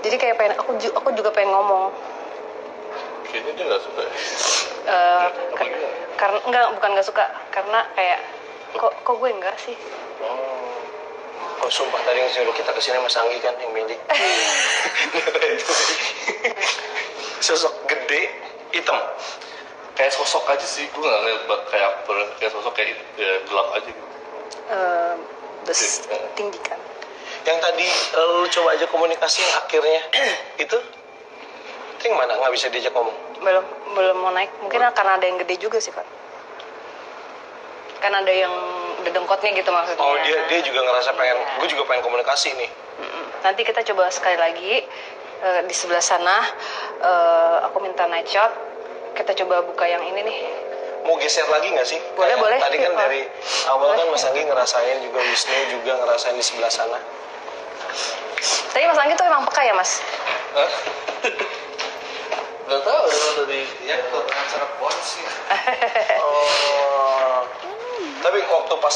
jadi kayak pengen aku ju- aku juga pengen ngomong Kayaknya dia nggak suka. ya. Eh, Apa ka- enggak? karena enggak bukan nggak suka karena kayak kok kok gue enggak sih Oh. Oh, sumpah tadi yang suruh kita kesini Mas Anggi kan yang milih. sosok gede, hitam. Kayak sosok aja sih, gue nggak ngeliat bak- kayak aktor, kayak sosok kayak ya, gelap aja gitu. Eh, bes tinggi kan Yang tadi eh, lu coba aja komunikasi yang akhirnya itu itu yang mana nggak bisa diajak ngomong. belum belum mau naik mungkin karena ada yang gede juga sih pak kan ada yang dedengkotnya gitu maksudnya Oh dia dia juga ngerasa pengen, Iya. gue juga pengen komunikasi nih. Mm-mm. nanti kita coba sekali lagi eh, di sebelah sana eh, aku minta night shot kita coba buka yang ini nih Mau geser lagi nggak sih? Boleh, boleh. Tadi kan Oh. dari Boleh. awal kan Mas Anggi ngerasain juga Wisnu juga ngerasain di sebelah sana. tadi mas Anggi tuh emang peka ya mas Hah? Gak tau, emang dari ya kalau acara pon sih. Oh. Tapi waktu pas